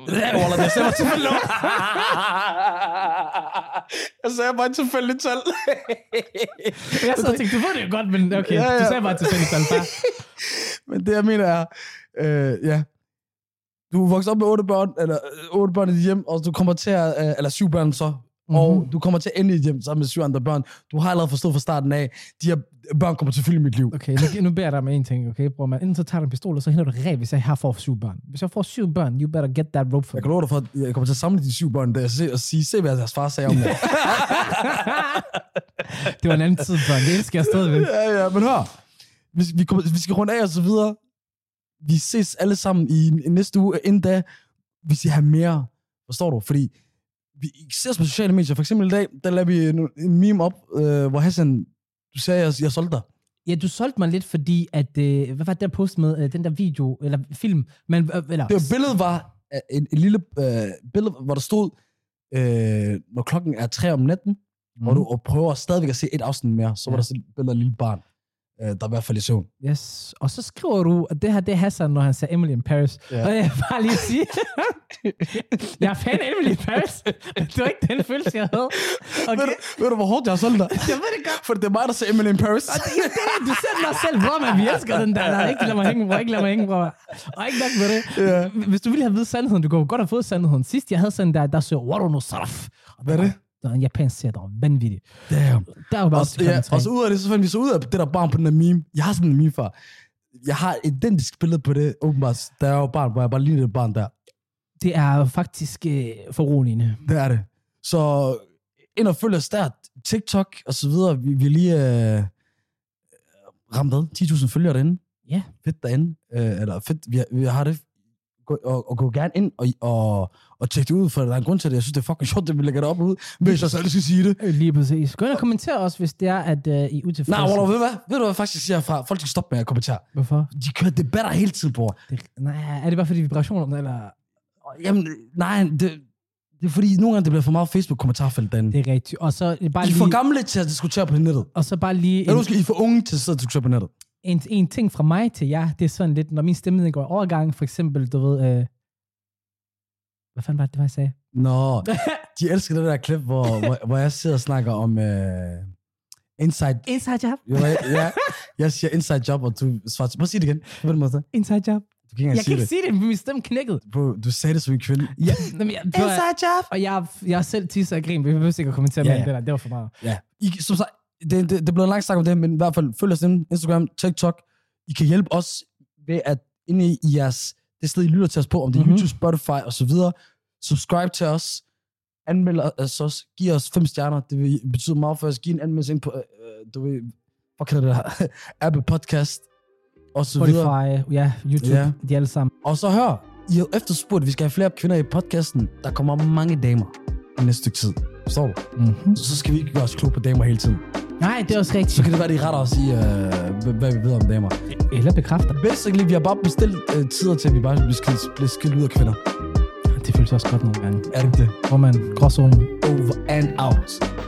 Speaker 2: Ja, Walla, det sagde mig tilfældigt. jeg sagde bare et tilfældigt tal.
Speaker 1: Jeg sad og tænkte, du ved det jo godt, men okay,
Speaker 2: Ja,
Speaker 1: du
Speaker 2: ja.
Speaker 1: sagde bare til Fælles Alfa.
Speaker 2: Men det, jeg mener, er... Øh, ja. Du er vokset op med otte børn, eller øh, otte børn i dit hjem, og du kommer til at... Øh, eller syv børn så. Mm-hmm. Og du kommer til at ende i et hjem sammen med syv andre børn. Du har allerede forstået fra starten af, de her børn kommer til at fylde mit liv.
Speaker 1: Okay, nu, nu beder jeg dig om en ting, okay, bror, man. Inden så tager du en pistol, og så henter du rev, hvis jeg har for syv børn. Hvis jeg får syv børn, you better get that rope for me.
Speaker 2: Jeg kan love dig for, at jeg kommer til at samle de syv børn der og, se, og sige, se hvad deres far sagde om det.
Speaker 1: [LAUGHS] Det var en anden tid, børn. Det elsker jeg stadigvæk.
Speaker 2: ja, ja, men hør. Vi, vi, kommer, vi skal runde af og så videre. Vi ses alle sammen i, i næste uge. Inden da, vi skal have mere. Forstår du? Fordi vi ses på sociale medier. For eksempel i dag, der lavede vi en, en meme op, øh, hvor Hassan, du sagde, jeg, jeg solgte dig.
Speaker 1: Ja, du solgte mig lidt, fordi at, øh, hvad var det der post med, øh, den der video, eller film, men, øh, eller,
Speaker 2: Det var, billedet var øh, en, en lille øh, billede, hvor der stod, øh, når klokken er tre om natten, mm. og du og prøver stadigvæk at se et afsnit mere, så var
Speaker 1: Mhm. Ja.
Speaker 2: der sådan et billede af et lille barn, øh, der i hvert fald i søvn.
Speaker 1: Mm. Yes. Og så skriver du, at det her, det er Hassan, når han siger Emily in Paris.
Speaker 2: Ja.
Speaker 1: Ja. Og jeg vil bare lige
Speaker 2: [LAUGHS]
Speaker 1: sige, jeg er fan af Emily in Paris. men Det var ikke den følelse, jeg
Speaker 2: [LAUGHS]
Speaker 1: havde.
Speaker 2: Ved,
Speaker 1: Okay.
Speaker 2: du, ved du, hvor hårdt jeg har solgt dig?
Speaker 1: [LAUGHS] Jeg ved det godt.
Speaker 2: For det er mig, der ser Emily in Paris.
Speaker 1: Ja, det er, du ser den også selv, bror, men vi elsker den der. Nej, ikke lad mig hænge, bror, ikke lad mig hænge, bror. Og ikke nok med det.
Speaker 2: Ja.
Speaker 1: Øh, Hvis du ville have vidt sandheden, du kunne jo godt have fået sandheden. Sidst jeg havde sådan der, der så Waro no Saraf.
Speaker 2: Hvad er det?
Speaker 1: Der er en japansk serie, der var vanvittig.
Speaker 2: Damn.
Speaker 1: Der er jo bare
Speaker 2: Og,
Speaker 1: også
Speaker 2: ja, og så ud af det, så fandt vi så ud af det der barn på den der meme. Jeg har sådan en meme, far. Jeg har et identisk billede på det, åbenbart. Der er jo et barn, hvor jeg bare ligner et barn der.
Speaker 1: Det er jo faktisk øh, foruroligende.
Speaker 2: Det er det. Så ind og følg os der. TikTok og så videre. Vi, vi er lige... Øh, ramt hvad? 10.000 følgere derinde?
Speaker 1: Ja.
Speaker 2: Fedt derinde. Øh, eller fedt, vi har, vi har det. Gå, og, og, gå gerne ind og, og, og tjek det ud, for der er en grund til det. Jeg synes, det er fucking sjovt, at vi lægger det op ud, hvis jeg selv skal sige det.
Speaker 1: Øh, Lige præcis. Gå ind og kommenter også, hvis det er, at øh, I er utilfredse.
Speaker 2: Nej, Wallah, ved du hvad? Ved du hvad faktisk jeg siger fra? Folk skal stoppe med at kommentere.
Speaker 1: Hvorfor?
Speaker 2: De kører debatter hele tiden, bror.
Speaker 1: Det, nej, er det bare fordi vibrationer, eller...
Speaker 2: Og Jamen, nej, det, det er fordi, nogle gange det bliver for meget Facebook-kommentarfelt derinde.
Speaker 1: Det er rigtigt. Og så øh, bare
Speaker 2: I er for
Speaker 1: lige,
Speaker 2: gamle til at diskutere på nettet.
Speaker 1: og så bare lige
Speaker 2: Eller
Speaker 1: en,
Speaker 2: undskyld, I er for unge til at sidde og diskutere på nettet.
Speaker 1: en, en, ting fra mig til jer. Det er sådan lidt, når min stemning går i overgang, for eksempel, du ved... Øh, hvad fanden var det, det var, jeg sagde?
Speaker 2: Nå, de elsker det der klip, hvor, hvor, hvor jeg sidder og snakker om uh, inside...
Speaker 1: Inside job.
Speaker 2: Jo, jeg, jeg, jeg siger inside job, og du svarer... til- Prøv at sige det igen. På den måde. Du
Speaker 1: Inside job.
Speaker 2: kan ikke engang
Speaker 1: Jeg kan
Speaker 2: sige
Speaker 1: ikke
Speaker 2: det.
Speaker 1: sige det, men min stemme knækkede.
Speaker 2: Bro, du sagde det som en kvinde.
Speaker 1: Ja, [LAUGHS] jamen, jeg, prøv, at-
Speaker 2: job!
Speaker 1: og jeg, jeg er selv tisser og grin, vi behøver ikke at kommentere
Speaker 2: Ja,
Speaker 1: mere
Speaker 2: ja.
Speaker 1: end det der, det var for meget.
Speaker 2: Ja. I, som sagt, det, det, det blev en lang snak om det, men i hvert fald følg os inde, Instagram, TikTok. I kan hjælpe os ved at inde i jeres, det sted, I lytter til os på, om det er
Speaker 1: Mhm.
Speaker 2: YouTube, Spotify og så videre. Subscribe til os. Anmeld os også. Giv os fem stjerner. Det vil betyde meget for os. Giv en anmeldelse ind på, øh, øh, du ved, hvad kalder det her? [LAUGHS] Apple Podcast. Og så videre.
Speaker 1: Spotify, ja, YouTube,
Speaker 2: Ja.
Speaker 1: de alle sammen.
Speaker 2: Og så hør, I har efterspurgt, at vi skal have flere kvinder i podcasten. Der kommer mange damer i næste stykke tid. Forstår du?
Speaker 1: Mm-hmm.
Speaker 2: Så skal vi ikke gøre os klog på damer hele tiden.
Speaker 1: Nej, det er også
Speaker 2: Så
Speaker 1: rigtigt.
Speaker 2: kan det være, de retter os i, øh, hvad vi ved om damer.
Speaker 1: Eller bekræfter.
Speaker 2: Basically, vi har bare bestilt øh, tider til, at vi bare bliver skilt, bliver skilt ud af kvinder.
Speaker 1: Det føles også godt nogle gange.
Speaker 2: Er det ikke det?
Speaker 1: Hvor man, gråzonen.
Speaker 2: Over and out.